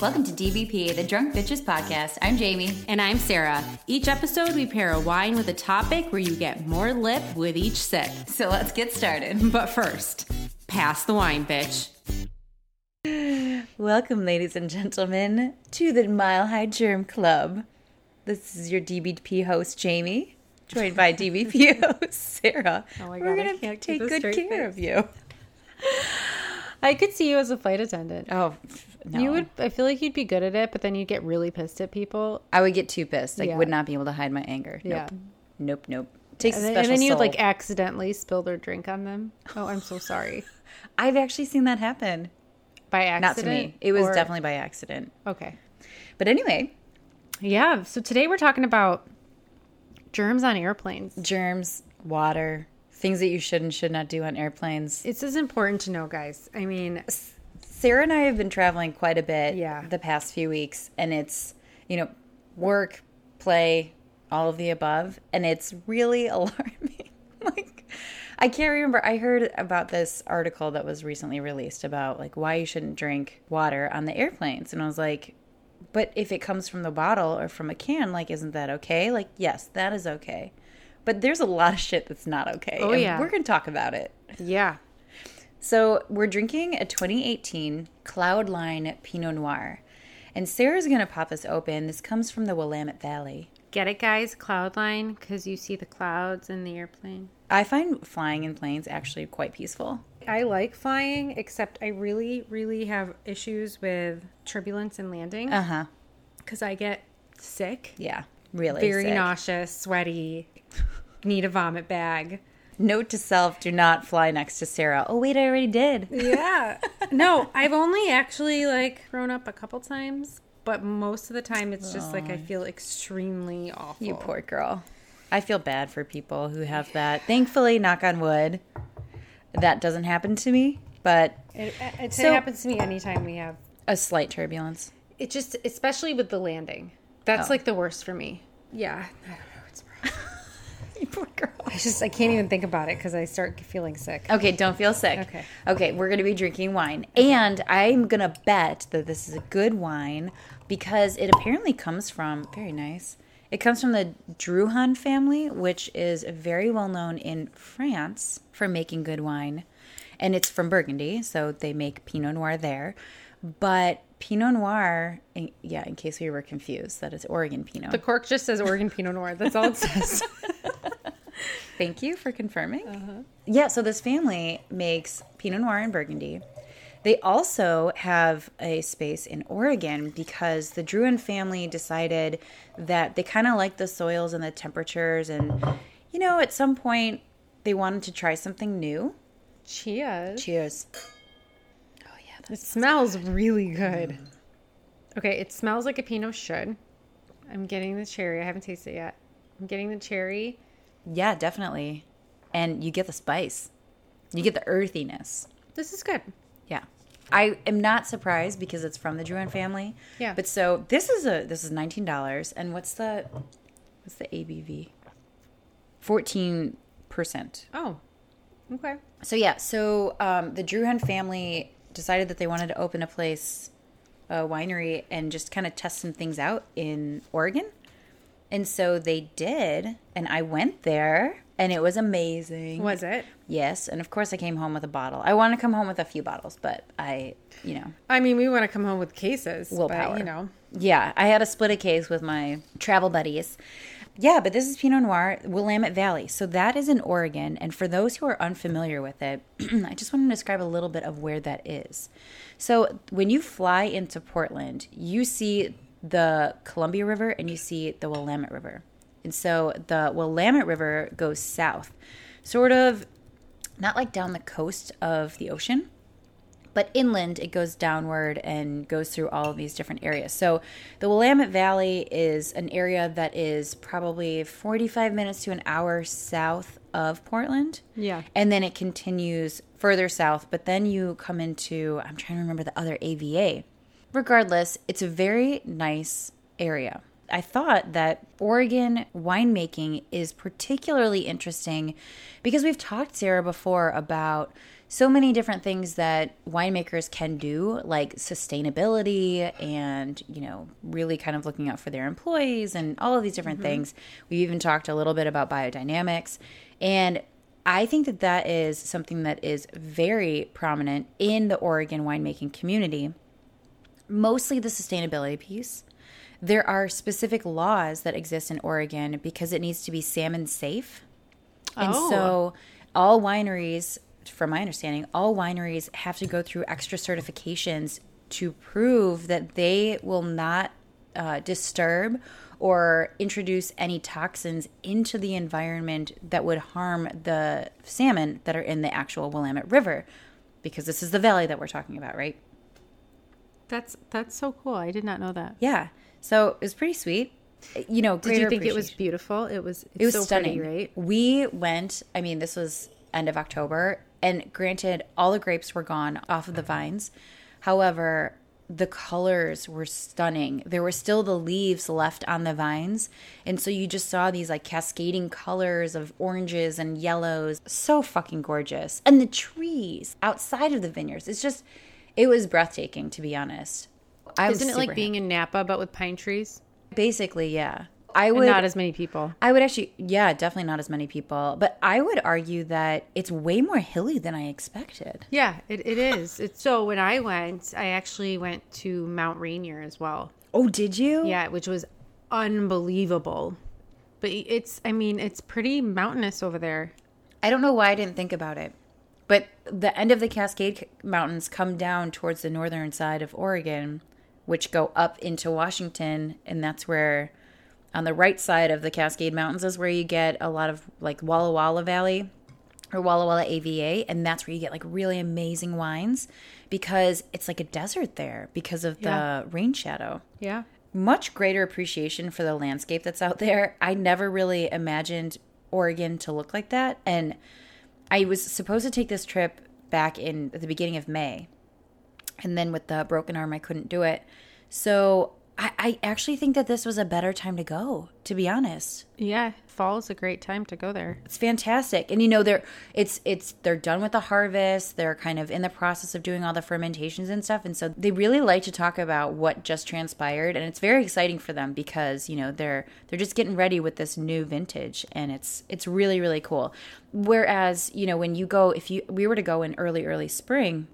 Welcome to DBP, the Drunk Bitches Podcast. I'm Jamie. And I'm Sarah. Each episode, we pair a wine with a topic where you get more lip with each sip. So let's get started. But first, pass the wine, bitch. Welcome, ladies and gentlemen, to the Mile High Germ Club. This is your DBP host, Jamie, joined by DBP host, Sarah. Oh my We're God, I gonna can't take keep a good care straight of you. I could see you as a flight attendant. Oh, no. You would. I feel like you'd be good at it, but then you'd get really pissed at people. I would get too pissed. I Yeah. would not be able to hide my anger. Yeah. Nope. Nope, nope. Takes And a then, special and then you'd soul. like accidentally spill their drink on them. Oh, I'm so sorry. I've actually seen that happen. By Not accident. to me. It was or- definitely by accident. okay. But anyway, Yeah. So today we're talking about germs on airplanes. germs, water, things that you should and should not do on airplanes. This is important to know, guys. I mean, Sarah and I have been traveling quite a bit Yeah. the past few weeks, and it's, you know, work, play, all of the above, and it's really alarming. like, I can't remember. I heard about this article that was recently released about like why you shouldn't drink water on the airplanes, and I was like, but if it comes from the bottle or from a can, like, isn't that okay? Like, yes, that is okay. But there's a lot of shit that's not okay. Oh, and yeah. We're going to talk about it. yeah. So we're drinking a 2018 Cloudline Pinot Noir. And Sarah's going to pop this open. This comes from the Willamette Valley. Get it, guys? Cloud line, because you see the clouds in the airplane. I find flying in planes actually quite peaceful. I like flying, except I really, really have issues with turbulence and landing Uh huh. because I get sick. Yeah. Really. very sick. nauseous, sweaty, need a vomit bag. Note to self do not fly next to Sarah. Oh, wait, I already did. Yeah. no, I've only actually like thrown up a couple times, but most of the time it's just like I feel extremely awful. You poor girl. I feel bad for people who have that. Thankfully, knock on wood, that doesn't happen to me, but It, it, it So- happens to me anytime we have. a slight turbulence. It just, especially with the landing. That's like the worst for me. Yeah. I don't know. It's You poor girl. I just I can't even think about it because I start feeling sick. Okay, don't feel sick. Okay. Okay, we're going to be drinking wine. And I'm going to bet that this is a good wine because it apparently comes from, very nice, it comes from the Druhan family, which is very well known in France for making good wine. And it's from Burgundy, so they make Pinot Noir there. But Pinot Noir, in, yeah, in case we were confused, that is Oregon Pinot. The cork just says Oregon Pinot Noir. That's all it says. Thank you for confirming. Yeah, so this family makes Pinot Noir in Burgundy. They also have a space in Oregon because the Druin family decided that they kind of liked the soils and the temperatures. And, you know, at some point they wanted to try something new. Cheers. Cheers. It smells really good. Okay, it smells like a Pinot should. I'm getting the cherry. I haven't tasted it yet. I'm getting the cherry. Yeah, definitely. And you get the spice, you get the earthiness. This is good. Yeah. I am not surprised because it's from the Druin family. Yeah. But so this is a this is nineteen dollars and what's the what's the ABV? Fourteen percent. Oh, okay. So yeah, so um, the Druhan family decided that they wanted to open a place, a winery, and just kind of test some things out in Oregon, and so they did, and I went there, and it was amazing. Was it? Yes, and of course I came home with a bottle. I want to come home with a few bottles, but I, you know, I mean, we want to come home with cases. willpower. But, you know, Yeah, I had to split a case with my travel buddies. Yeah, but this is Pinot Noir, Willamette Valley. So that is in Oregon. And for those who are unfamiliar with it, I just want to describe a little bit of where that is. So when you fly into Portland, you see the Columbia River and you see the Willamette River. And so the Willamette River goes south, sort of not like down the coast of the ocean, but inland it goes downward and goes through all of these different areas. So the Willamette Valley is an area that is probably 45 minutes to an hour south of Portland. Yeah. And then it continues further south, but then you come into I'm trying to remember the other AVA. Regardless, it's a very nice area. I thought that Oregon winemaking is particularly interesting because we've talked Sarah before about so many different things that winemakers can do, like sustainability and, you know, really kind of looking out for their employees and all of these different things. We even talked a little bit about biodynamics. And I think that that is something that is very prominent in the Oregon winemaking community, mostly the sustainability piece. There are specific laws that exist in Oregon because it needs to be salmon safe. And Oh. so all wineries, from my understanding, all wineries have to go through extra certifications to prove that they will not uh, disturb or introduce any toxins into the environment that would harm the salmon that are in the actual Willamette River, because this is the valley that we're talking about, right? That's that's so cool. I did not know that. Yeah. So it was pretty sweet. You know, Did greater you think it was appreciation. beautiful? It was. It's It was so stunning, pretty, right? We went. I mean, this was end of October, and granted, all the grapes were gone off of the vines. However, the colors were stunning. There were still the leaves left on the vines, and so you just saw these like cascading colors of oranges and yellows. So fucking gorgeous. And the trees outside of the vineyards. It's just, it was breathtaking to be honest. I was Isn't it super like being in Napa but with pine trees? happy. basically yeah. I And would not as many people. I would actually, yeah, definitely not as many people, but I would argue that it's way more hilly than I expected. Yeah, it, it is. It's so when I went, I actually went to Mount Rainier as well. Oh, did you? Yeah, which was unbelievable. But it's I mean, it's pretty mountainous over there. I don't know why I didn't think about it, but the end of the Cascade C- Mountains come down towards the northern side of Oregon, which go up into Washington, and that's where, on the right side of the Cascade Mountains, is where you get a lot of like Walla Walla Valley or Walla Walla AVA, and that's where you get like really amazing wines because it's like a desert there because of Yeah. the rain shadow. Yeah. much greater appreciation for the landscape that's out there. I never really imagined Oregon to look like that. And I was supposed to take this trip back in at the beginning of May. And then with the broken arm, I couldn't do it. So I, I actually think that this was a better time to go, to be honest. Yeah. Fall is a great time to go there. It's fantastic. And you know, they're it's it's they're done with the harvest. They're kind of in the process of doing all the fermentations and stuff. And so they really like to talk about what just transpired. And it's very exciting for them because, you know, they're they're just getting ready with this new vintage and it's it's really, really cool. Whereas, you know, when you go if you we were to go in early, early spring,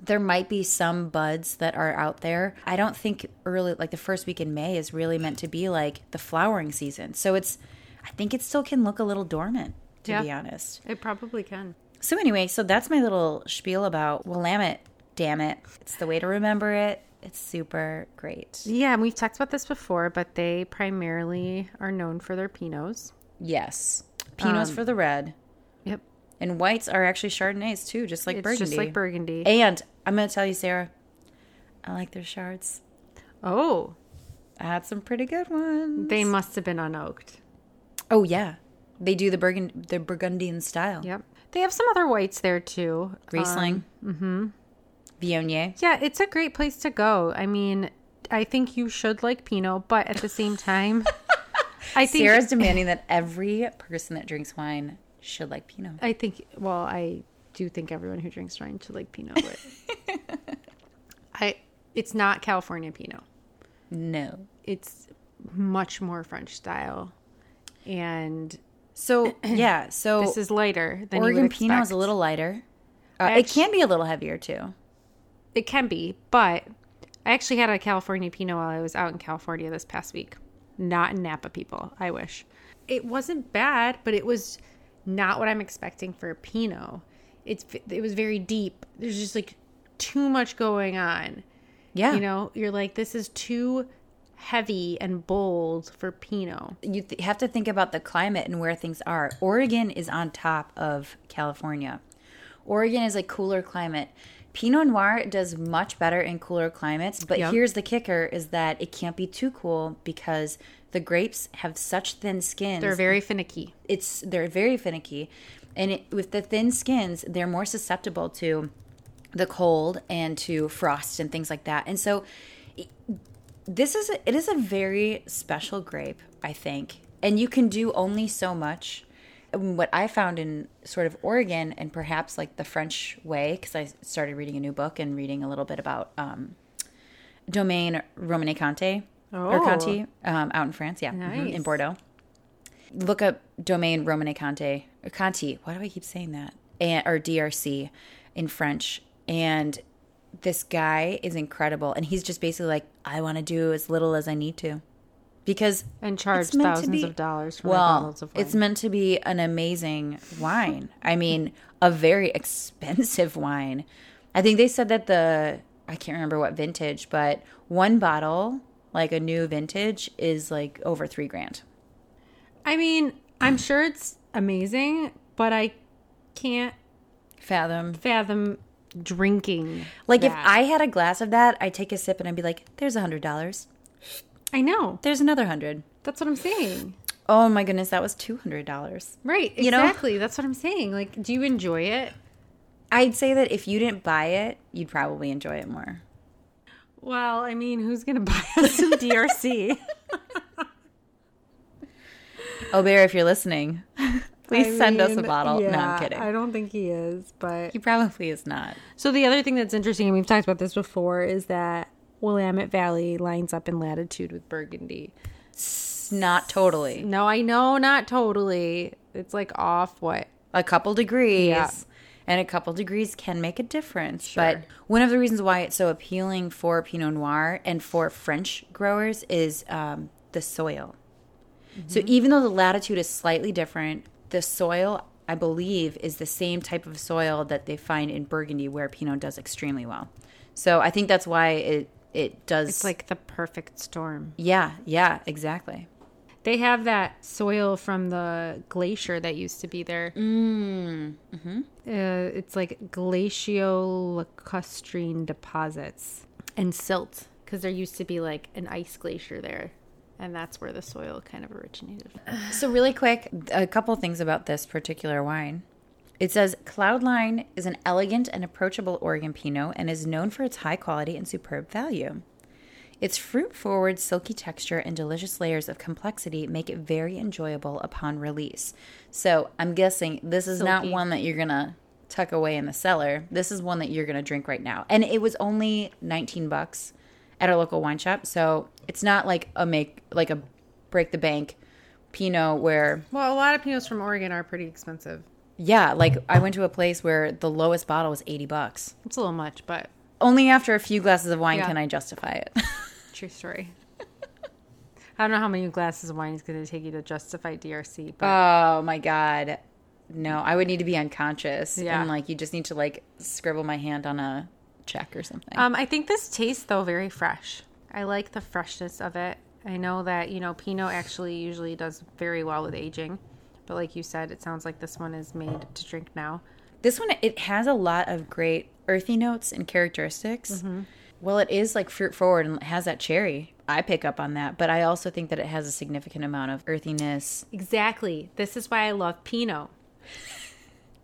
there might be some buds that are out there. I don't think early, like the first week in May, is really meant to be like the flowering season. So it's, I think it still can look a little dormant, to Yeah. be honest. It probably can. So anyway, so that's my little spiel about Willamette. Damn it. It's the way to remember it. It's super great. Yeah, and we've talked about this before, but they primarily are known for their pinots. Yes. Um, Pinots for the red. Yep. And whites are actually Chardonnays too, just like It's Burgundy. just like burgundy. and I'm going to tell you, Sarah, I like their shards. oh, I had some pretty good ones. they must have been unoaked. Oh yeah, they do the Burgund the Burgundian style. Yep. They have some other whites there too. Riesling. mm-hmm. Viognier. Yeah, it's a great place to go. I mean, I think you should like Pinot, but at the same time, I think Sierra's demanding that every person that drinks wine should like Pinot. I think well, I do think everyone who drinks wine should like Pinot, but I it's not California Pinot. No. It's much more French style, and So yeah, so this is lighter than you Oh, Oregon would Pinot is expect. a little lighter. Uh, I it can be a little heavier too. It can be, but I actually had a California Pinot while I was out in California this past week. Not in Napa, people. I wish. It wasn't bad, but it was not what I'm expecting for a Pinot. It's it was very deep. There's just like too much going on. Yeah. You know, you're like this is too heavy and bold for Pinot. you th- have to think about the climate and where things are. Oregon is on top of California. Oregon is a cooler climate. Pinot Noir does much better in cooler climates, but Yep. here's the kicker is that it can't be too cool because the grapes have such thin skins. They're very finicky. it's they're very finicky and it, with the thin skins, they're more susceptible to the cold and to frost and things like that. And so this is a, it is a very special grape, I think, and you can do only so much. And what I found in sort of Oregon and perhaps like the French way, because I started reading a new book and reading a little bit about um, Domaine Romane Conte or Oh. Conti um, out in France, yeah, mhm, in Nice. Bordeaux. Look up Domaine Romane Conte or Conti. Why do I keep saying that? And, or DRC in French. And this guy is incredible, and he's just basically like, I want to do as little as I need to because And charge it's meant to thousands be- of dollars for my well, bottles of it's wine. meant to be an amazing wine. I mean, a very expensive wine. I think they said that the I can't remember what vintage, but one bottle, like a new vintage, is like over three grand. I mean, I'm sure it's amazing, but I can't Fathom. fathom drinking. Like if that. I had a glass of that, I'd take a sip and I'd be like, "There's a hundred dollars. I know. There's another hundred. That's what I'm saying. Oh my goodness, that was two hundred dollars." Right. You know? Exactly. That's what I'm saying. Like, do you enjoy it? I'd say that if you didn't buy it, you'd probably enjoy it more. Well, I mean, who's going to buy us some DRC? Obear, if you're listening, please I send us a mean, bottle. no, yeah, I'm kidding. I don't think he is, but He probably is not. So the other thing that's interesting, and we've talked about this before, is that Willamette Valley lines up in latitude with Burgundy. Not totally. No, I know, not totally. It's like off what? A couple degrees. Yeah. And a couple degrees can make a difference. But one of the reasons why it's so appealing for Pinot Noir and for French growers is um, the soil. So even though the latitude is slightly different, the soil, I believe, is the same type of soil that they find in Burgundy where Pinot does extremely well. So I think that's why it, it does. It's like the perfect storm. yeah, yeah, exactly. They have that soil from the glacier that used to be there. Mm. Mm-hmm. Uh, it's like glaciolacustrine deposits and silt because there used to be like an ice glacier there, and that's where the soil kind of originated. From. So really quick, a couple things about this particular wine. It says Cloudline is an elegant and approachable Oregon Pinot and is known for its high quality and superb value. Its fruit-forward, silky texture and delicious layers of complexity make it very enjoyable upon release. So I'm guessing this is not Silky. one that you're gonna tuck away in the cellar. This is one that you're gonna drink right now. And it was only 19 bucks at our local wine shop, so it's not like a make like a break the bank Pinot where Well, a lot of pinots from Oregon are pretty expensive. yeah, like I went to a place where the lowest bottle was 80 bucks. It's a little much, but Only after a few glasses of wine Yeah. can I justify it. true story. I don't know how many glasses of wine is going to take you to justify DRC, but oh my god. No, I would need to be unconscious Yeah. and like you just need to like scribble my hand on a check or something. um, I think this tastes though very fresh. I like the freshness of it. I know that you know Pinot actually usually does very well with aging, but like you said, it sounds like this one is made to drink now. This one it has a lot of great earthy notes and characteristics. Well, it is like fruit forward and it has that cherry. I pick up on that, but I also think that it has a significant amount of earthiness. Exactly. This is why I love Pinot.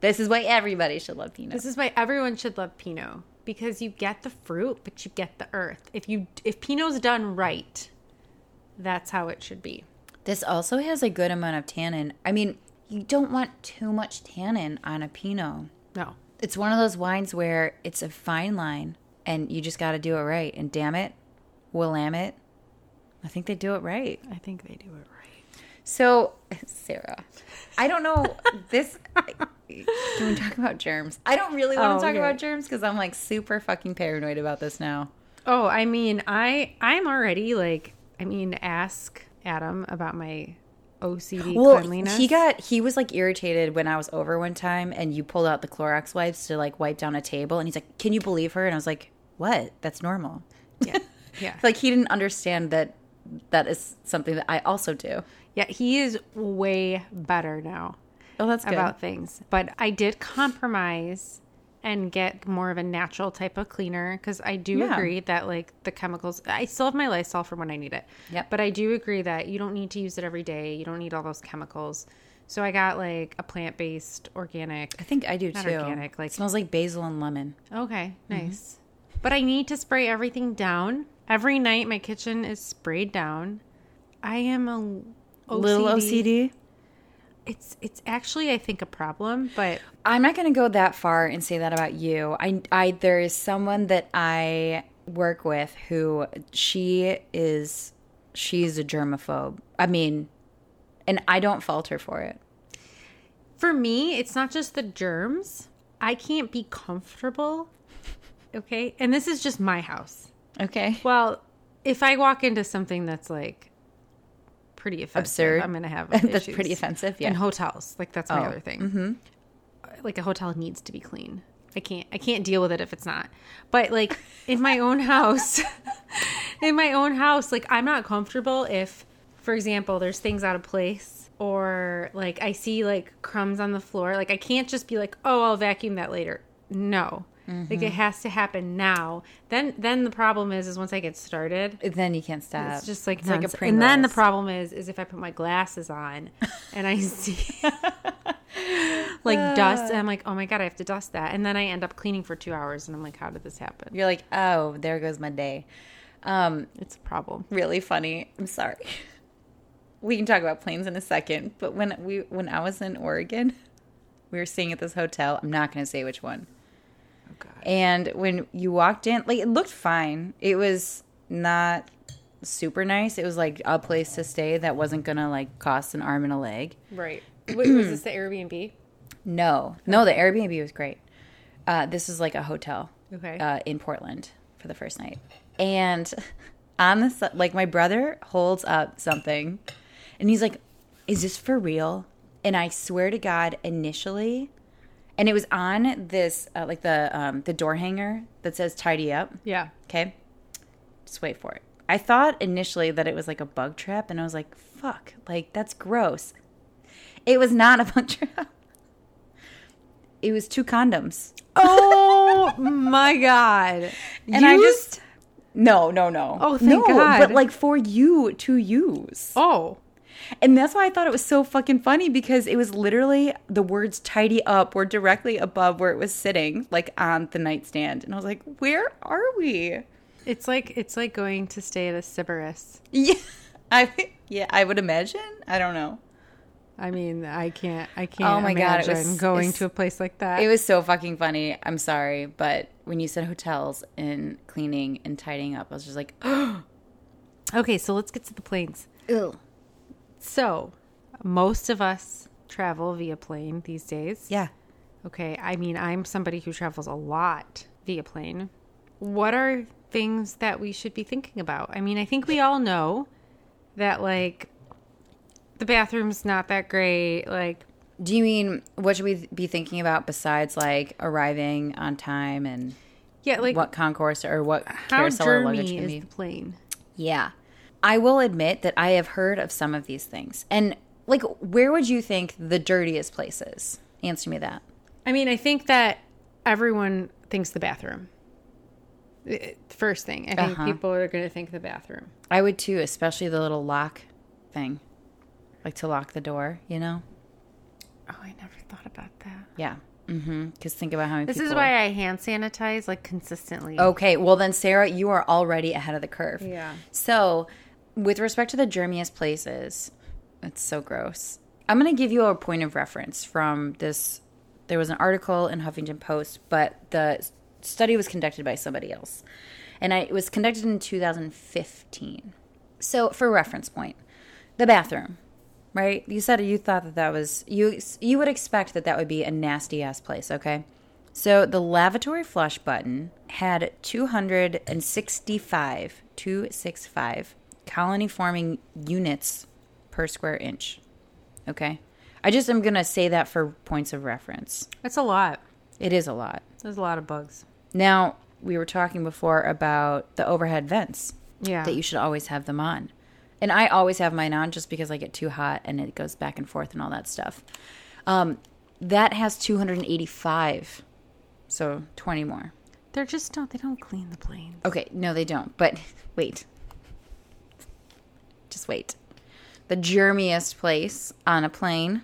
This is why everybody should love Pinot. This is why everyone should love Pinot because you get the fruit, but you get the earth. If you if Pinot's done right, that's how it should be. This also has a good amount of tannin. I mean, you don't want too much tannin on a Pinot. No. It's one of those wines where it's a fine line and you just got to do it right. And damn it, Willamette, I think they do it right. I think they do it right. So, Sarah, I don't know this. Can we talk about germs? I don't really want Oh, to talk okay. about germs because I'm like super fucking paranoid about this now. Oh, I mean, I I'm already like I mean, ask Adam about my OCD Well, cleanliness. he got he was like irritated when I was over one time, and you pulled out the Clorox wipes to like wipe down a table, and he's like, "Can you believe her?" And I was like, "What? That's normal." yeah. Yeah. Like he didn't understand that that is something that I also do. yeah, he is way better now. Oh, that's about things. But I did compromise and get more of a natural type of cleaner because I do Yeah. agree that like the chemicals I still have my Lysol for when I need it. Yep. But I do agree that you don't need to use it every day. You don't need all those chemicals. So I got like a plant based organic. I think I do Not too. organic, like- it smells like basil and lemon. Okay, nice. But I need to spray everything down. Every night my kitchen is sprayed down. I am a Little OCD. it's it's actually I think a problem, but I'm not going to go that far and say that about you. I, I there is someone that I work with who she is she is a germaphobe. I mean, and I don't fault her for it. for me, it's not just the germs. I can't be comfortable. Okay? And this is just my house. Okay. Well, if I walk into something that's like pretty offensive, Absurd. I'm gonna have That's issues. pretty offensive, yeah. Oh, mm-hmm. And hotels, like that's my other thing. Like a hotel needs to be clean. I can't. I can't deal with it if it's not. But like in my own house, in my own house, like I'm not comfortable if, for example, there's things out of place or like I see like crumbs on the floor. Like I can't just be like, oh, I'll vacuum that later. No. Like it has to happen now. Then then the problem is is once I get started, then you can't stop. it's just like, it's like a nonsense. and then the Pringles. problem is is if I put my glasses on and I see like dust and I'm like, oh my god, I have to dust that, and then I end up cleaning for two hours, and I'm like, how did this happen? You're like, oh, there goes my day. Um, It's a problem. really funny. I'm sorry. We can talk about planes in a second, but when we when I was in Oregon, we were staying at this hotel. I'm not going to say which one. And when you walked in, like it looked fine. It was not super nice. It was like a place to stay that wasn't going to like cost an arm and a leg. Right. Wait, was this the Airbnb? No, no, the Airbnb was great. Uh, this is like a hotel Okay. uh, in Portland for the first night, and on the si- like my brother holds up something, and he's like, "Is this for real?" And I swear to God, initially, and it was on this uh, like the um, the door hanger that says "tidy up." yeah. Okay. Just wait for it. I thought initially that it was like a bug trap, and I was like, fuck, like that's gross. It was not a bug trap. It was two condoms. Oh my god. And I just. No, no, no. Oh, thank no, God. But like for you to use. Oh. And that's why I thought it was so fucking funny because it was literally the words tidy up were directly above where it was sitting, like on the nightstand. And I was like, where are we? It's like it's like going to stay at a Sybaris. Yeah, I yeah, I would imagine. I don't know. I mean, I can't I can't Oh my God, it imagine was- going it's- to a place like that. It was so fucking funny. I'm sorry, but when you said hotels and cleaning and tidying up, I was just like, okay, so let's get to the planes. ew. So, most of us travel via plane these days. Yeah. Okay, I mean, I'm somebody who travels a lot via plane. What are things that we should be thinking about? I mean, I think we all know that like the bathroom's not that great, like Do you mean what should we be thinking about besides like arriving on time and yeah, like what concourse or what how carousel or luggage germy can is be? the plane? Yeah. I will admit that I have heard of some of these things. And like where would you think the dirtiest place is? Answer me that. I mean, I think that everyone thinks the bathroom. I- First thing, I think people are going to think the bathroom. I would too, especially the little lock thing. Like to lock the door, you know? Oh, I never thought about that. Yeah. Mm-hmm. Because think about how many This people. is why I hand sanitize like consistently. Okay. Well, then, Sarah, you are already ahead of the curve. Yeah. So, with respect to the germiest places, it's so gross. I'm going to give you a point of reference from this. There was an article in Huffington Post, but the study was conducted by somebody else. And I, it was conducted in 2015. So, for reference point, the bathroom, right? You said you thought that that was you. You would expect that that would be a nasty ass place, okay? So the lavatory flush button had 265, 265 colony forming units per square inch. Okay? I just am going to say that for points of reference. That's a lot. It is a lot. There's a lot of bugs. Now, we were talking before about the overhead vents Yeah. that you should always have them on. And I always have mine on just because I get too hot and it goes back and forth and all that stuff. Um, that has 285, so 20 more. They're just don't. They don't clean the planes. Okay, no, they don't. But wait. Just wait. The germiest place on a plane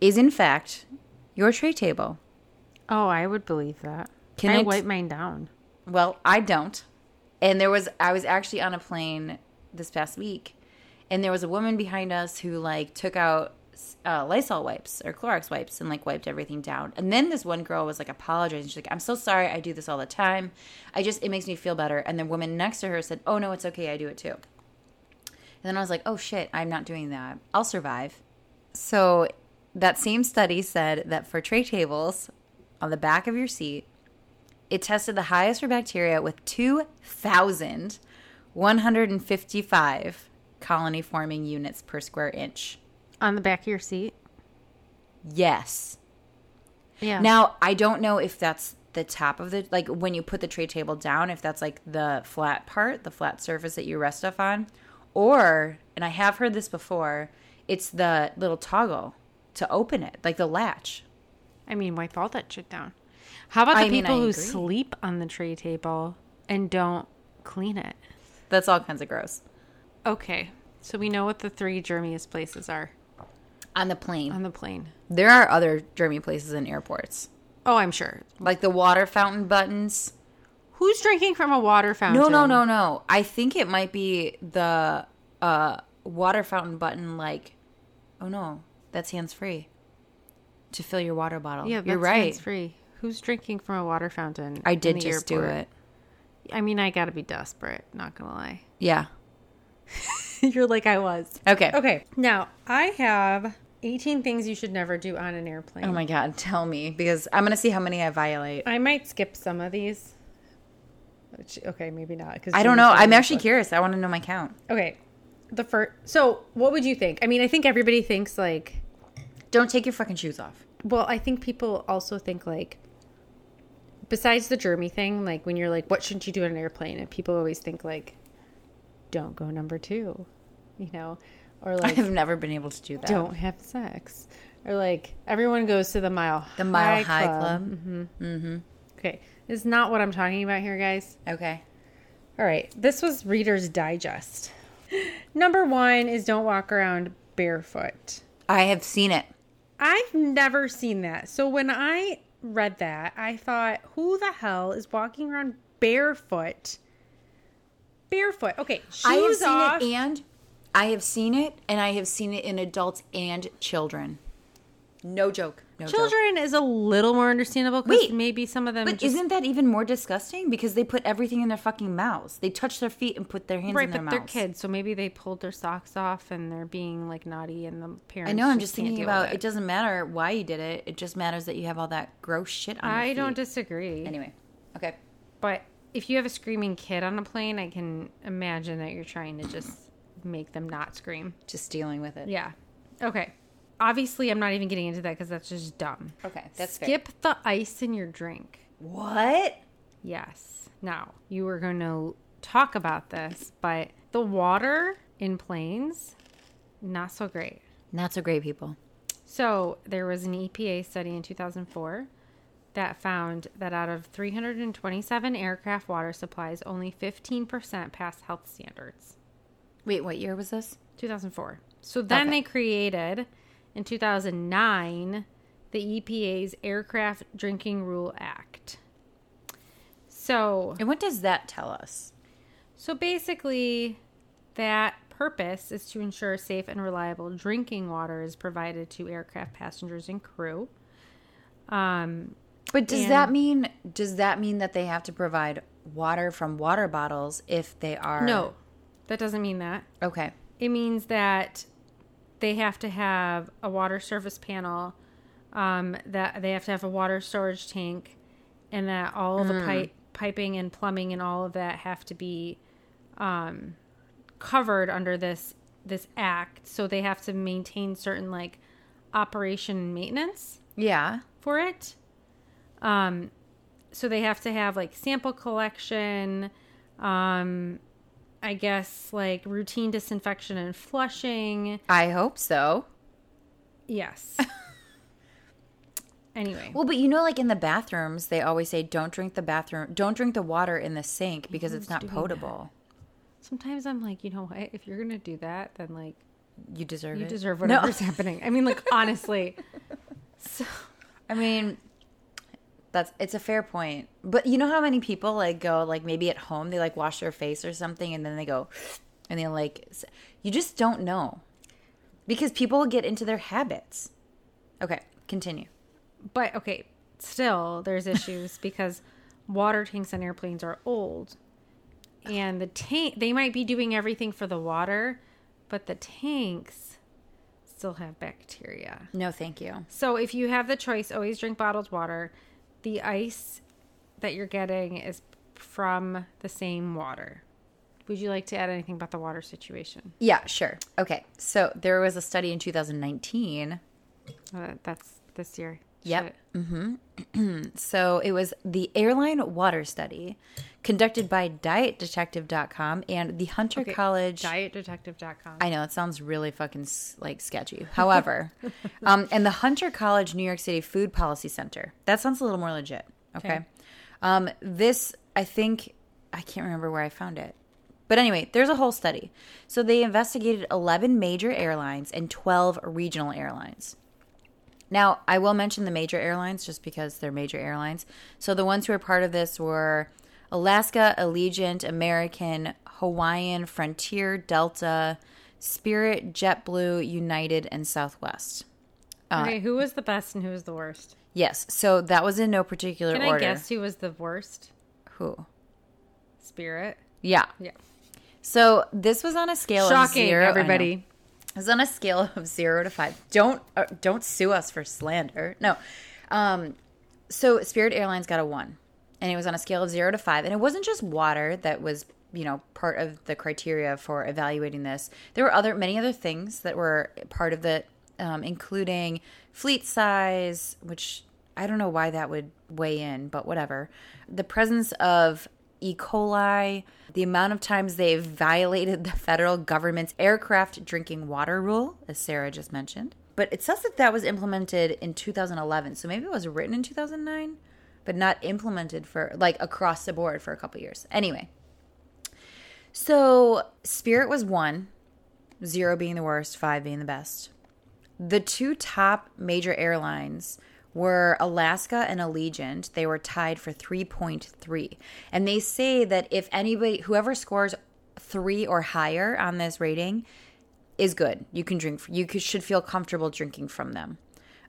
is, in fact, your tray table. Oh, I would believe that. Can I I t- wipe mine down? Well, I don't. And there was I was actually on a plane this past week and there was a woman behind us who like took out uh, Lysol wipes or Clorox wipes and like wiped everything down. And then this one girl was like apologizing. She's like, I'm so sorry. I do this all the time. I just, it makes me feel better. And the woman next to her said, Oh, no, it's okay. I do it too. And then I was like, Oh shit, I'm not doing that. I'll survive. So that same study said that for tray tables on the back of your seat, it tested the highest for bacteria with 2,155 colony forming units per square inch. on the back of your seat. Yes. Yeah. Now, I don't know if that's the top of the, like when you put the tray table down, if that's like the flat part, the flat surface that you rest stuff on, or, and I have heard this before, it's the little toggle to open it, like the latch. I mean, wipe all that shit down. How about the I mean, people I who agree. sleep on the tray table and don't clean it? That's all kinds of gross. Okay, so we know what the three germiest places are On the plane, on the plane. there are other germy places in airports, Oh, I'm sure. like the water fountain buttons. Who's drinking from a water fountain? No, no, no, no. I think it might be the uh, water fountain button. Like, oh no, that's hands free to fill your water bottle. Yeah, you're right. It's free. Who's drinking from a water fountain? I in did the just do airport? it. I mean, I gotta be desperate. Not gonna lie. Yeah. You're like I was. Okay. Okay, now I have 18 things you should never do on an airplane. Oh my god, tell me because I'm gonna see how many I violate. I might skip some of these. Which, okay, maybe not. Because I don't know. I'm actually curious. I want to know my count. okay. The first. So, what would you think? I mean, I think everybody thinks like. Don't take your fucking shoes off. Well, I think people also think like. Besides the germy thing, like when you're like, what shouldn't you do on an airplane? And people always think like, don't go number two, you know, or I like have never been able to do that. don't have sex, or like everyone goes to the mile The Mile High, Club. Mm-hmm. Okay, it's not what I'm talking about here, guys. Okay. All right, this was Reader's Digest. Number one is don't walk around barefoot. I have seen it. I've never seen that. So when I read that, I thought, who the hell is walking around barefoot? Barefoot. Okay, shoes I have seen off. it and I have seen it and I have seen it in adults and children. No joke. No joke. Children is a little more understandable because Wait, maybe some of them But just isn't that even more disgusting? Because they put everything in their fucking mouths. They touch their feet and put their hands right, in their but mouths. they're kids, so maybe they pulled their socks off and they're being like naughty, and the parents. I know. I'm just can't thinking deal with about. It. doesn't matter why you did it. It just matters that you have all that gross shit on. I your don't feet. disagree. Anyway. Okay. But if you have a screaming kid on a plane, I can imagine that you're trying to just make them not scream. Just dealing with it. Yeah. Okay. Obviously, I'm not even getting into that because that's just dumb. Okay. That's fair. Skip the ice in your drink. What? Yes. Now, you were going to talk about this, but the water in planes, not so great. Not so great, people. So, there was an EPA study in 2004 that found that out of 327 aircraft water supplies, only 15% pass health standards. Wait, what year was this? 2004. So then Okay. they created in 2009 the EPA's Aircraft Drinking Rule Act. So And what does that tell us? so basically that purpose is to ensure safe and reliable drinking water is provided to aircraft passengers and crew. Um But does And- that mean does that mean that they have to provide water from water bottles if they are no, that doesn't mean that. Okay. It means that they have to have a water service panel, um, that they have to have a water storage tank, and that all of the pipe, piping and plumbing and all of that have to be um, covered under this this act. So they have to maintain certain like operation and maintenance Yeah. for it. Um, so they have to have like sample collection, um, I guess like routine disinfection and flushing. I hope so. Yes. anyway, Well, but you know like in the bathrooms they always say don't drink the bathroom don't drink the water in the sink because it's not potable. sometimes I'm like, you know what? If you're gonna do that, then like You deserve you it. deserve No. whatever's happening. I mean, like honestly, I mean that's it's a fair point. But you know how many people like go like maybe at home they like wash their face or something and then they go and they like s- you just don't know. Because people get into their habits. Okay, continue. But okay, still there's issues because water tanks on airplanes are old. And the tank they might be doing everything for the water, but the tanks still have bacteria. No, thank you. So if you have the choice, always drink bottled water. The ice that you're getting is from the same water. Would you like to add anything about the water situation? Yeah, sure. Okay, so there was a study in 2019. Uh, that's this year. Yep. Shit. So it was the airline water study conducted by DietDetective.com and the Hunter College. Dietdetective.com. I know it sounds really fucking s- like sketchy. However, um, and the Hunter College New York City Food Policy Center. That sounds a little more legit. Okay. Okay. Um, this, I think, I can't remember where I found it. But anyway, there's a whole study. So they investigated 11 major airlines and 12 regional airlines. Now, I will mention the major airlines just because they're major airlines. So the ones who are part of this were Alaska, Allegiant, American, Hawaiian, Frontier, Delta, Spirit, JetBlue, United, and Southwest. uh, okay, who was the best and who was the worst? Yes, so that was in no particular Can order. I guess who was the worst? Who? Spirit. Yeah. Yeah. So this was on a scale of Shocking, zero. I know. everybody. It was on a scale of zero to five. Don't uh, don't sue us for slander. No. Um, so Spirit Airlines got a one, and it was on a scale of zero to five. And it wasn't just water that was you know part of the criteria for evaluating this. There were other many other things that were part of the, um, including fleet size, which I don't know why that would weigh in, but whatever. The presence of E. coli, the amount of times they've violated the federal government's aircraft drinking water rule, as Sarah just mentioned. But it says that that was implemented in 2011, so maybe it was written in 2009, but not implemented for like across the board for a couple years. Anyway, so Spirit was one, zero being the worst, five being the best. The two top major airlines were Alaska and Allegiant. They were tied for 3.3. And they say that if anybody, whoever scores three or higher on this rating, is good. You can drink, you c- should feel comfortable drinking from them.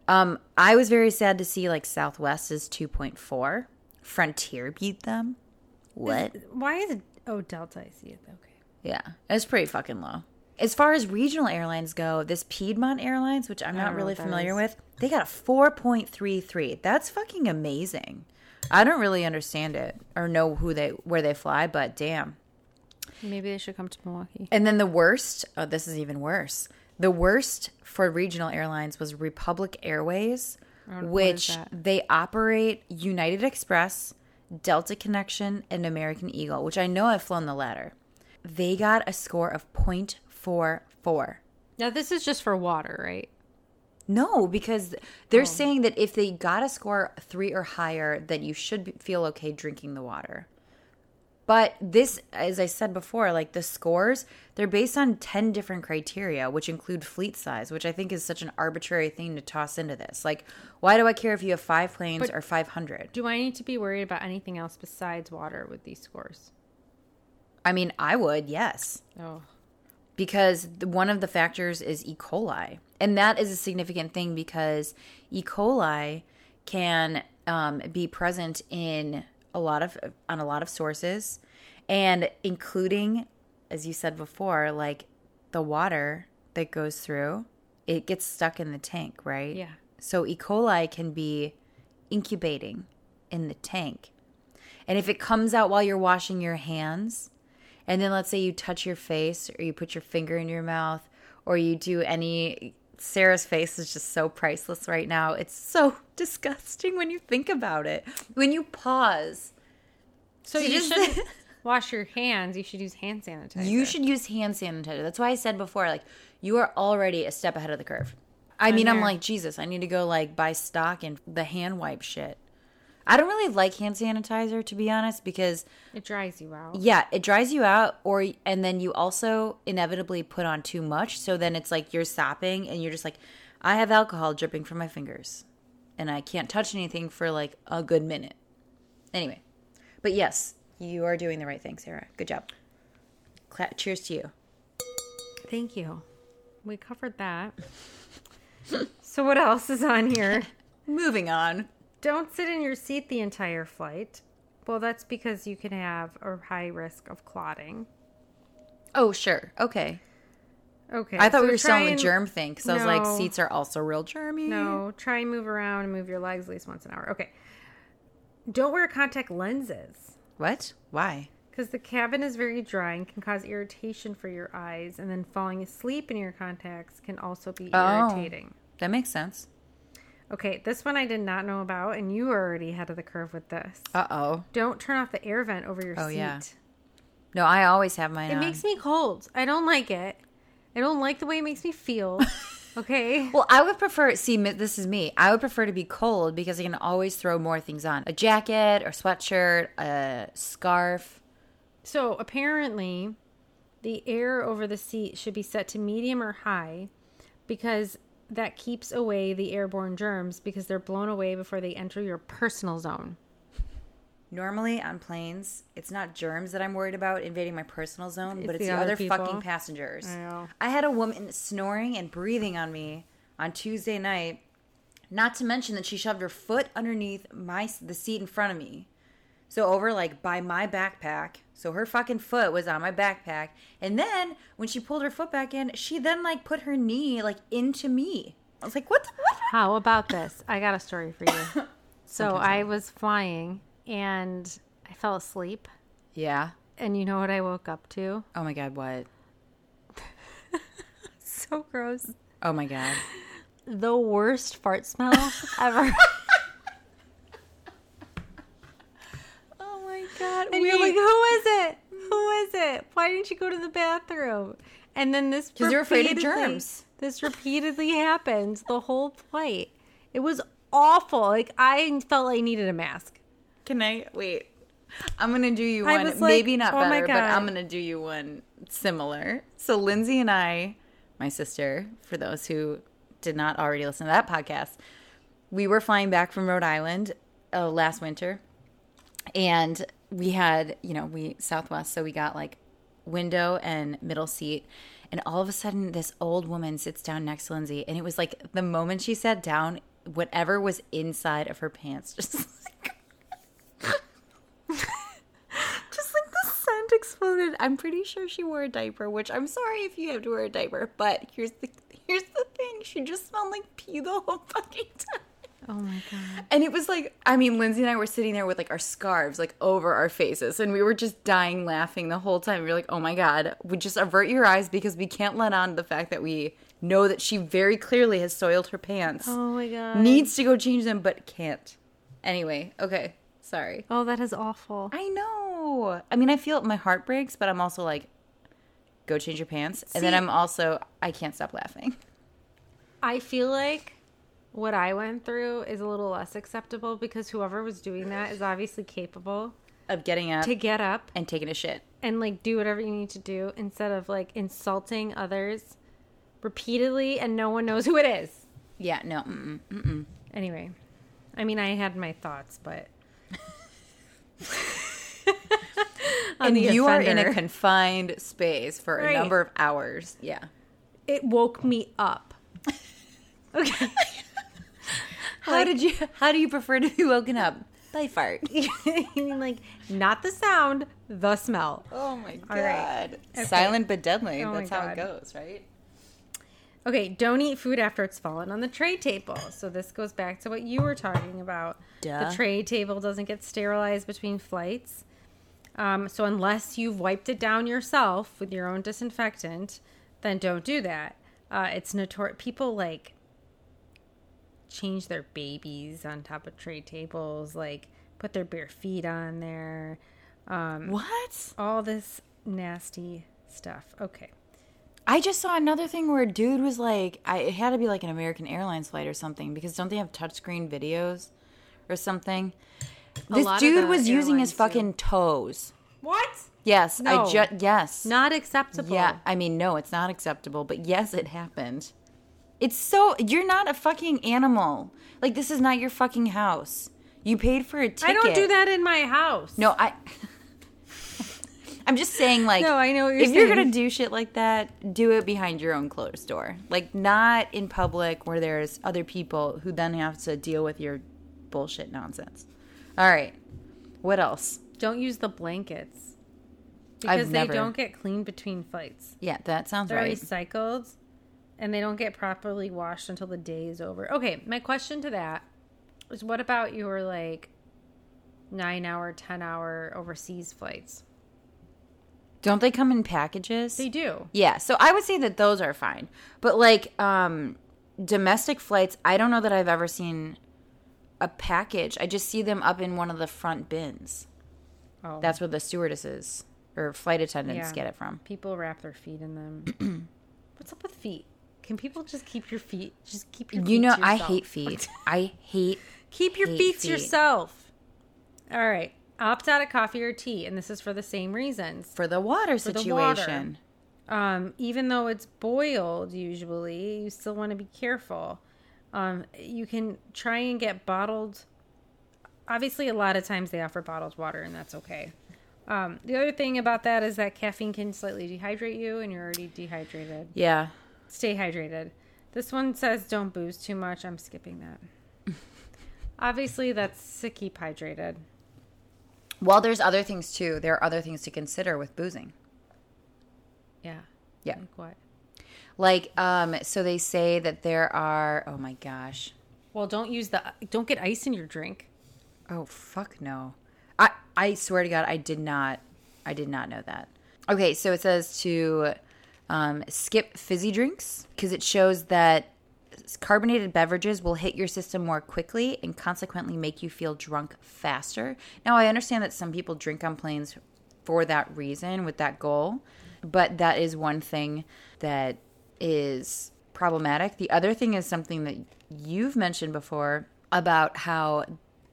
Um, I was very sad to see like Southwest is 2.4. Frontier beat them. What? Why is it? Oh, Delta. I see it. Okay. Yeah, it's pretty fucking low. As far as regional airlines go, this Piedmont Airlines, which I'm not know really what that familiar is. with, they got a 4.33. That's fucking amazing. I don't really understand it or know who they where they fly, but damn. Maybe they should come to Milwaukee. And then the worst, oh, this is even worse. The worst for regional airlines was Republic Airways, which that? they operate United Express, Delta Connection, and American Eagle, which I know I've flown the latter. They got a score of 0.44. Now, this is just for water, right? No, because they're saying that if they got a score three or higher, that you should be- feel okay drinking the water. But this, as I said before, like the scores, they're based on 10 different criteria, which include fleet size, which I think is such an arbitrary thing to toss into this. Like, why do I care if you have five planes or 500? Do I need to be worried about anything else besides water with these scores? I mean, I would, yes. Oh. because the, one of the factors is E. coli, and that is a significant thing because E. coli can um, be present in a lot of on a lot of sources, and including, as you said before, like the water that goes through, it gets stuck in the tank, right? Yeah. So E. coli can be incubating in the tank. And if it comes out while you're washing your hands, and then let's say you touch your face or you put your finger in your mouth or you do any Sarah's face is just so priceless right now. It's so disgusting when you think about it. When you pause, So you you just- should wash your hands. You should use hand sanitizer. you should use hand sanitizer. That's why I said before like you are already a step ahead of the curve. I mean, I'm there. like, Jesus, I need to go like buy stock in the hand wipe shit. I don't really like hand sanitizer to be honest because It dries you out. Yeah, it dries you out, or and then you also inevitably put on too much. So then it's like you're sopping, and you're just like, I have alcohol dripping from my fingers, and I can't touch anything for like a good minute. Anyway, but yes, you are doing the right thing, Sarah. Good job. Cla- cheers to you. Thank you. we covered that. so what else is on here? Moving on. Don't sit in your seat the entire flight. Well, that's because you can have a high risk of clotting. Oh, sure. Okay. Okay. I thought so we were still try on the and- germ thing because I was like, No. seats are also real germy. No, try and move around and move your legs at least once an hour. Okay. Don't wear contact lenses What? Why? because the cabin is very dry and can cause irritation for your eyes, and then falling asleep in your contacts can also be Oh. irritating. That makes sense. Okay, this one I did not know about, and you are already ahead of the curve with this. Uh oh. Don't turn off the air vent over your Oh, seat. yeah. No, I always have um, mine It on. makes me cold. I don't like it. I don't like the way it makes me feel. Okay. Well, I would prefer, see, mi- this is me. I would prefer to be cold because I can always throw more things on a jacket or sweatshirt, a scarf. So apparently, the air over the seat should be set to medium or high because that keeps away the airborne germs because they're blown away before they enter your personal zone. Normally on planes, it's not germs that I'm worried about invading my personal zone, but it's It's the the, other other, people. fucking passengers. I know. I had a woman snoring and breathing on me on Tuesday night. Not to mention that she shoved her foot underneath my the seat in front of me. So over like by my backpack. So her fucking foot was on my backpack. And then when she pulled her foot back in, she then like put her knee like into me. I was like, "What the what?" How about this? I got a story for you. So I was flying and I fell asleep. Yeah. And you know what I woke up to? Oh my god, what? So gross. Oh my god. The worst fart smell ever. Oh my god. And you're like, who is it? Who is it? Why didn't you go to the bathroom? And then this 'Cause you're afraid of repeatedly- germs. This repeatedly happened the whole flight. It was awful. Like I felt I needed a mask. Can I wait? I'm gonna do you I one. was like, Maybe not oh my better, but God. I'm gonna do you one similar. So Lindsay and I, my sister, for those who did not already listen to that podcast, we were flying back from Rhode Island uh, last winter, and we had you know we Southwest, so we got like window and middle seat. And all of a sudden, this old woman sits down next to Lindsay, and it was like the moment she sat down, whatever was inside of her pants just like just like the scent exploded. I'm pretty sure she wore a diaper, which I'm sorry if you have to wear a diaper, but here's the here's the thing. She just smelled like pee the whole fucking time. Oh my god. And it was like, I mean, Lindsay and I were sitting there with like our scarves like over our faces, and we were just dying laughing the whole time. We were like, oh my god, we just avert your eyes because we can't let on to the fact that we know that she very clearly has soiled her pants, Oh my god. needs to go change them, but can't. Anyway, okay, sorry. Oh, that is awful. I know. I mean, I feel my heart breaks, but I'm also like, go change your pants. and then See- I'm also, I can't stop laughing. I feel like what I went through is a little less acceptable because whoever was doing that is obviously capable Of getting up to get up and taking a shit. and like do whatever you need to do instead of like insulting others repeatedly and no one knows who it is. Yeah, no. Mm-mm. Anyway, I mean, I had my thoughts, but. On And the you are in a offender. confined space for Right. a number of hours. Yeah. It woke me up. Okay. How did you? How do you prefer to be woken up by fart? I mean, like, not the sound, the smell. Oh my god! right. Okay. Silent but deadly. Oh my That's how it God. goes, right? Okay, don't eat food after it's fallen on the tray table. So this goes back to what you were talking about. Duh. The tray table doesn't get sterilized between flights. Um, so unless you've wiped it down yourself with your own disinfectant, then don't do that. Uh, it's notorious. People like change their babies on top of tray tables, like put their bare feet on there, Um, What? all this nasty stuff. Okay. I just saw another thing where a dude was like, I, it had to be like an American Airlines flight or something because don't they have touchscreen videos or something? This lot of dude the was using his airlines do. fucking toes. What? Yes, No. I just yes, Not acceptable. yeah. I mean, no, it's not acceptable, but yes, it happened. It's so you're not a fucking animal. Like this is not your fucking house. You paid for a ticket. I don't do that in my house. No, I. I'm just saying, like, No, I know what you're if you're saying. gonna do shit like that, do it behind your own closed door, like not in public where there's other people who then have to deal with your bullshit nonsense. All right, what else? Don't use the blankets I've because they never- don't get cleaned between fights. Yeah, that sounds They're right. recycled and they don't get properly washed until the day is over. Okay, my question to that is what about your like 9 hour, 10 hour overseas flights? Don't they come in packages? They do. Yeah, so I would say that those are fine. But like um domestic flights, I don't know that I've ever seen a package. I just see them up in one of the front bins. Oh. That's where the stewardesses or flight attendants Yeah. get it from. People wrap their feet in them. What's up with feet? Can people just keep your feet? Just keep your feet. You know, to I yourself? hate feet. I hate Keep your hate feet to feet. yourself. All right. Opt out of coffee or tea, and this is for the same reasons. for the water the situation. water. Um, even though it's boiled usually, you still want to be careful. Um, you can try and get bottled. Obviously, a lot of times they offer bottled water, and that's okay. Um, the other thing about that is that caffeine can slightly dehydrate you, and you're already dehydrated. Yeah. Stay hydrated. This one says don't booze too much. I'm skipping that. Obviously, that's to keep hydrated. Well, there's other things too. There are other things to consider with boozing. Yeah. Yeah. Like what? Like um so they say that there are oh my gosh. Well, don't use the don't get ice in your drink. Oh fuck no. I I swear to god I did not I did not know that. Okay, so it says to um, skip fizzy drinks because it shows that carbonated beverages will hit your system more quickly and consequently make you feel drunk faster. Now I understand that some people drink on planes for that reason with that goal, but that is one thing that is problematic. The other thing is something that you've mentioned before about how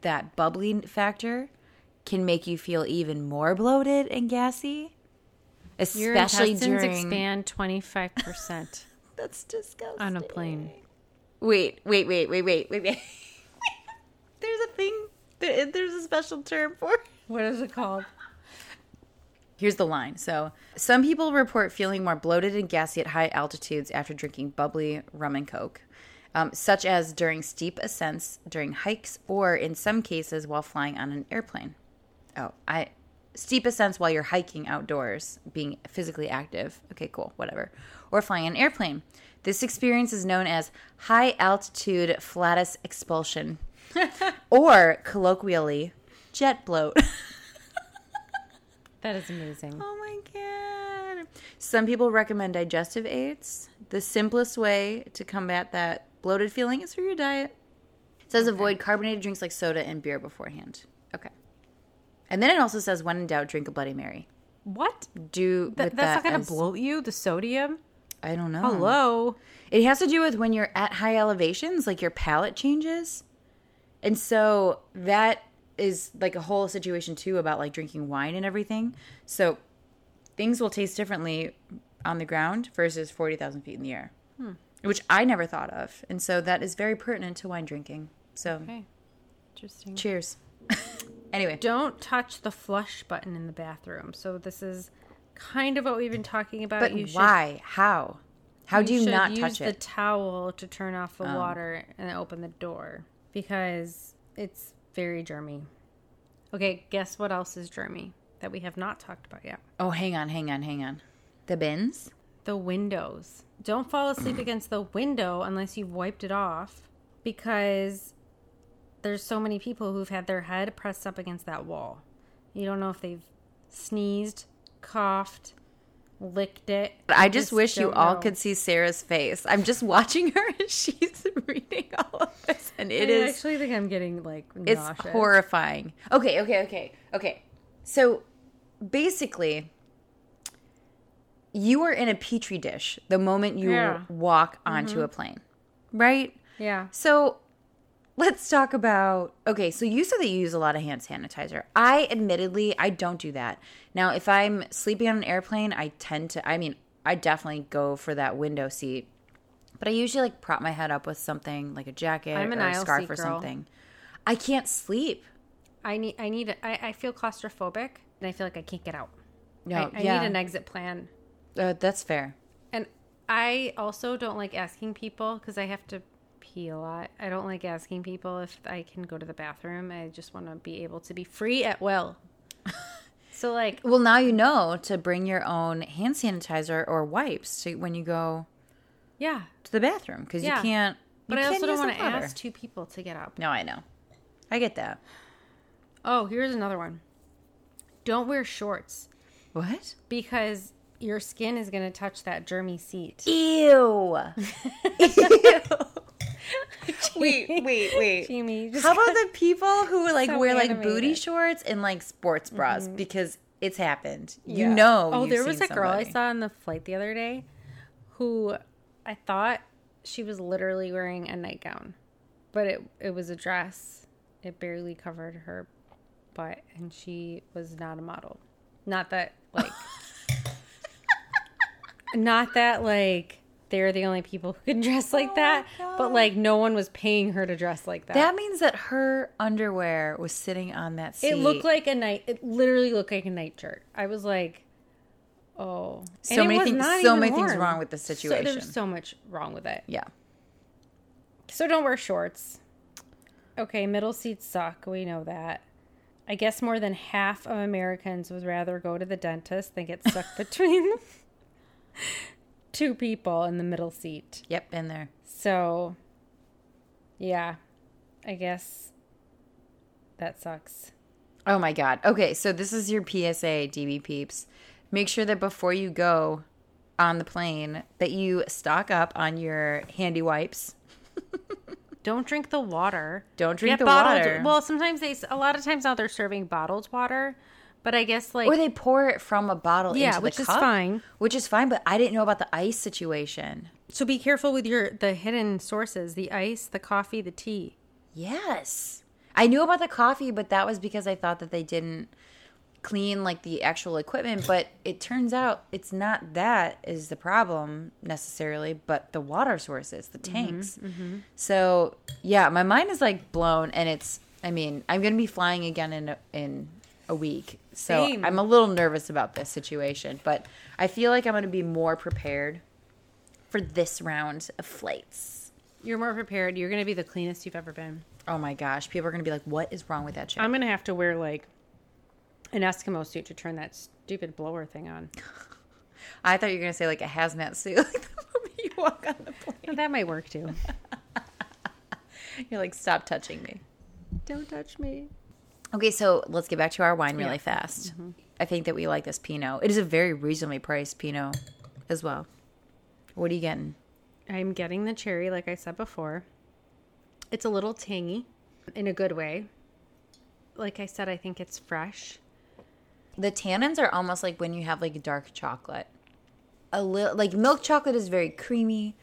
that bubbly factor can make you feel even more bloated and gassy. Your Especially intestines during expand twenty five percent that's disgusting. on a plane. Wait, wait, wait, wait, wait, wait, wait. There's a thing. there- There's a special term for. it. What is it called? Here's the line. So, some people report feeling more bloated and gassy at high altitudes after drinking bubbly rum and coke, um, such as during steep ascents, during hikes, or in some cases while flying on an airplane. Oh, I steep ascents while you're hiking outdoors, being physically active. Okay, cool, whatever. Or flying an airplane. This experience is known as high altitude flatus expulsion, or colloquially, jet bloat. That is amazing. Oh my god. Some people recommend digestive aids. The simplest way to combat that bloated feeling is through your diet. It says avoid carbonated drinks like soda and beer beforehand. Okay. And then it also says when in doubt drink a bloody mary. What? Do Th- with that that's not gonna as- Hmm. bloat you. The sodium. I don't know. Hello. It has to do with when you're at high elevations, like your palate changes. And so that is like a whole situation too about like drinking wine and everything. So things will taste differently on the ground versus 40,000 feet in the air, Hmm. which I never thought of. And so that is very pertinent to wine drinking. So Okay. Interesting. cheers. anyway, Don't touch the flush button in the bathroom. So this is kind of what we've been talking about. but You should- why? How? How do you should not use touch the it? Oh. towel to turn off the water and open the door because it's very germy. Okay, guess what else is germy that we have not talked about yet? oh, hang on, hang on, hang on. The bins? The windows. Don't fall asleep against the window unless you've wiped it off because there's so many people who've had their head pressed up against that wall. You don't know if they've sneezed, coughed, licked it. But I just wish you don't all know. could see Sarah's face. I'm just watching her as she's reading all of this, and it I is actually think I'm getting like it's nauseous. horrifying. Okay, okay, okay, okay. So basically, you are in a petri dish the moment you Yeah. Mm-hmm. walk onto a plane, right? Yeah. So let's talk about okay, so you said that you use a lot of hand sanitizer. I admittedly I don't do that. Now if I'm sleeping on an airplane, I tend to I mean, I definitely go for that window seat. But I usually like prop my head up with something like a jacket I'm an or a aisle scarf seat or girl. something. I can't sleep. I need I need I, I feel claustrophobic and I feel like I can't get out. No, I, I yeah. need an exit plan. Uh, that's fair. And I also don't like asking people because I have to pee a lot. I don't like asking people if I can go to the bathroom. I just want to be able to be free at will. so, like, Well, now you know to bring your own hand sanitizer or wipes to, when you go yeah. to the bathroom because Yeah. you can't. But you I can't also don't use the want to water. ask two people to get up. No, I know. I get that. Oh, here's another one. Don't wear shorts What? because your skin is going to touch that germy seat. Ew. wait, wait, wait. Jamie, you just How about the people who like So wear like booty animated. shorts and like sports bras because it's happened. Yeah. You know. Oh, you've there was seen a girl I somebody. saw on the flight the other day who I thought she was literally wearing a nightgown, but it it was a dress. It barely covered her butt, and she was not a model. Not that like, not that like they're the only people who can dress Oh like that, but like no one was paying her to dress like that. That means that her underwear was sitting on that seat. it looked like a night. It literally looked like a nightshirt. I was like. Oh, so many things. So many things wrong with the So, situation. there's so much wrong with it. yeah. So don't wear shorts. Okay, middle seats suck. We know that. I guess more than half of Americans would rather go to the dentist than get stuck between two people in the middle seat. Yep. In there. So, yeah, I guess that sucks. Oh my god. Okay, so this is your PSA, DB peeps. Make sure that before you go on the plane that you stock up on your handy wipes. Don't drink the water. Don't drink Get the bottled- water. Well, sometimes they, a lot of times now they're serving bottled water, but I guess like Or they pour it from a bottle Yeah, into the which is cup, fine. Which is fine, but I didn't know about the ice situation. So be careful with your the hidden sources, the ice, the coffee, the tea. Yes. I knew about the coffee, but that was because I thought that they didn't clean like the actual equipment, but it turns out it's not that is the problem necessarily, but the water sources, the tanks. So, yeah, my mind is like blown and it's I mean, I'm going to be flying again in a, in a week. So, Same. I'm a little nervous about this situation, but I feel like I'm going to be more prepared for this round of flights. You're more prepared. You're going to be the cleanest you've ever been. Oh my gosh, people are gonna be like, "What is wrong with that chick?" I'm going to have to wear like an Eskimo suit to turn that stupid blower thing on. I thought you were gonna say like a hazmat suit, like the moment you walk on the plane. that might work too. You're like, "Stop touching me." Don't touch me. Okay, so let's get back to our wine really fast. I think that we like this Pinot. It is a very reasonably priced Pinot, as well. What are you getting? I'm getting the cherry like I said before. It's a little tangy in a good way. Like I said, I think it's fresh. The tannins are almost like when you have like dark chocolate. A little like milk chocolate is very creamy.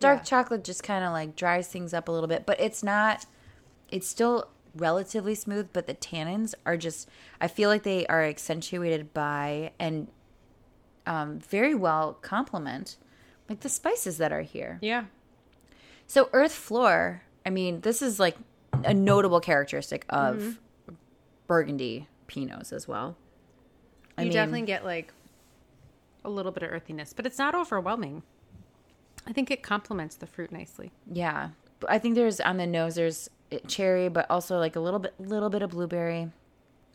Dark Yeah. chocolate just kind of like dries things up a little bit, but it's not it's still relatively smooth, but the tannins are just I feel like they are accentuated by and um, very well complement like the spices that are here. Yeah. So earth floor, I mean, this is like a notable characteristic of Mm-hmm. burgundy pinots as well. you definitely get like a little bit of earthiness, but it's not overwhelming. I think it complements the fruit nicely. Yeah, But I think there's on the nose there's eh, cherry, but also like a little bit, little bit of blueberry.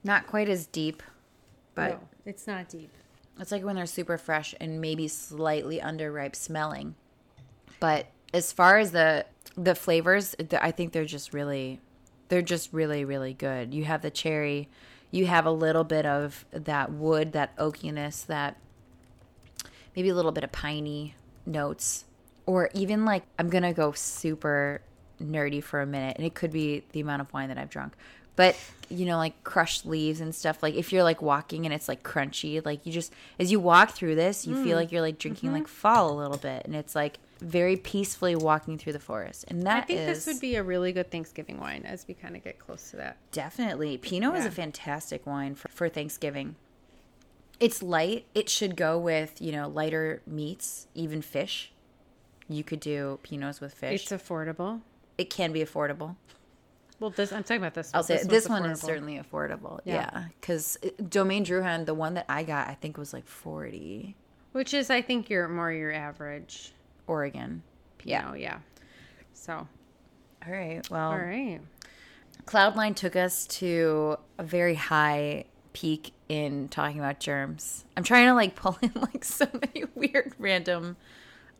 Not quite as deep, but No, it's not deep. it's like when they're super fresh and maybe slightly underripe smelling. But as far as the the flavors, th- I think they're just really, they're just really really good. You have the cherry, you have a little bit of that wood, that oakiness, that maybe a little bit of piney notes or even like i'm gonna go super nerdy for a minute and it could be the amount of wine that i've drunk but you know like crushed leaves and stuff like if you're like walking and it's like crunchy like you just as you walk through this you Mm. feel like you're like drinking Mm-hmm. like fall a little bit and it's like very peacefully walking through the forest and I that think is this would be a really good Thanksgiving wine as we kind of get close to that. Definitely. Pinot is Yeah. a fantastic wine for, for Thanksgiving. It's light. It should go with, you know, lighter meats, even fish. You could do Pinots with fish. It's affordable. it can be affordable. Well, this I'm talking about this. I'll say one's this one is affordable. certainly affordable. Yeah. Yeah, because Domaine Druhan, the one that I got, I think was like forty which is I think your more your average. Oregon. Pinot, yeah, yeah. Um, So All right. Well, all right, Cloudline took us to a very high peak in talking about germs. I'm trying to like pull in like so many weird random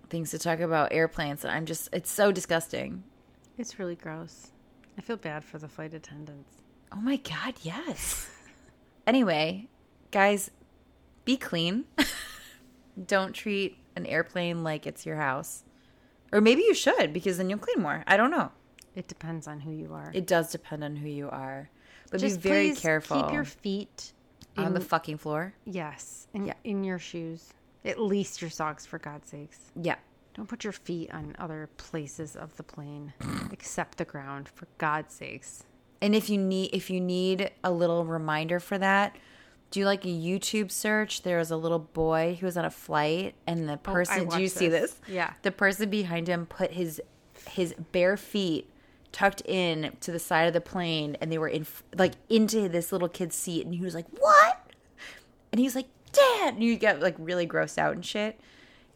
things to talk about airplanes, and I'm just it's so disgusting. it's really gross. I feel bad for the flight attendants. Oh my god, yes. anyway, guys, be clean. don't treat an airplane like it's your house. Or maybe you should because then you'll clean more. I don't know. It depends on who you are. It does depend on who you are. But be very please careful Keep your feet on the fucking floor. yes, in, Yeah. in your shoes. At least your socks, for God's sakes. Yeah. Don't put your feet on other places of the plane except the ground, for God's sakes. And if you need if you need a little reminder for that, do like a YouTube search. There was a little boy who was on a flight and the Oh, I person do you watched see this. this? Yeah. The person behind him put his his bare feet tucked in to the side of the plane and they were in like into this little kid's seat and he was like, "What?" And he was like, "Dad." And you get like really grossed out and shit.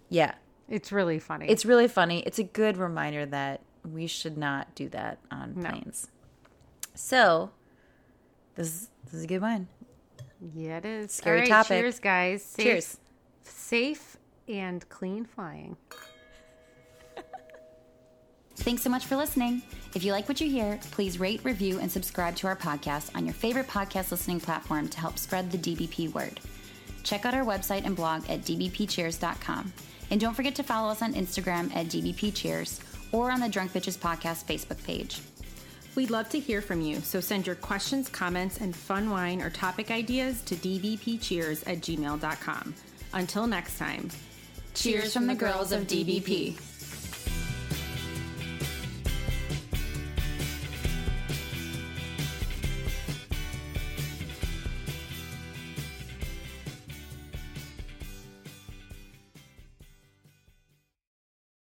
Yeah. It's really funny. It's really funny. It's a good reminder that we should not do that on planes. So, this is, this is a good one. yeah, it is. Scary topic. Cheers, guys. Safe, Cheers. Safe and clean flying. Thanks so much for listening. If you like what you hear, please rate, review, and subscribe to our podcast on your favorite podcast listening platform to help spread the DBP word. Check out our website and blog at dbpcheers.com. And don't forget to follow us on Instagram at dbpcheers or on the Drunk Bitches Podcast Facebook page. We'd love to hear from you, so send your questions, comments, and fun wine or topic ideas to dvpcheers at gmail.com. Until next time, Cheers from the girls of DBP.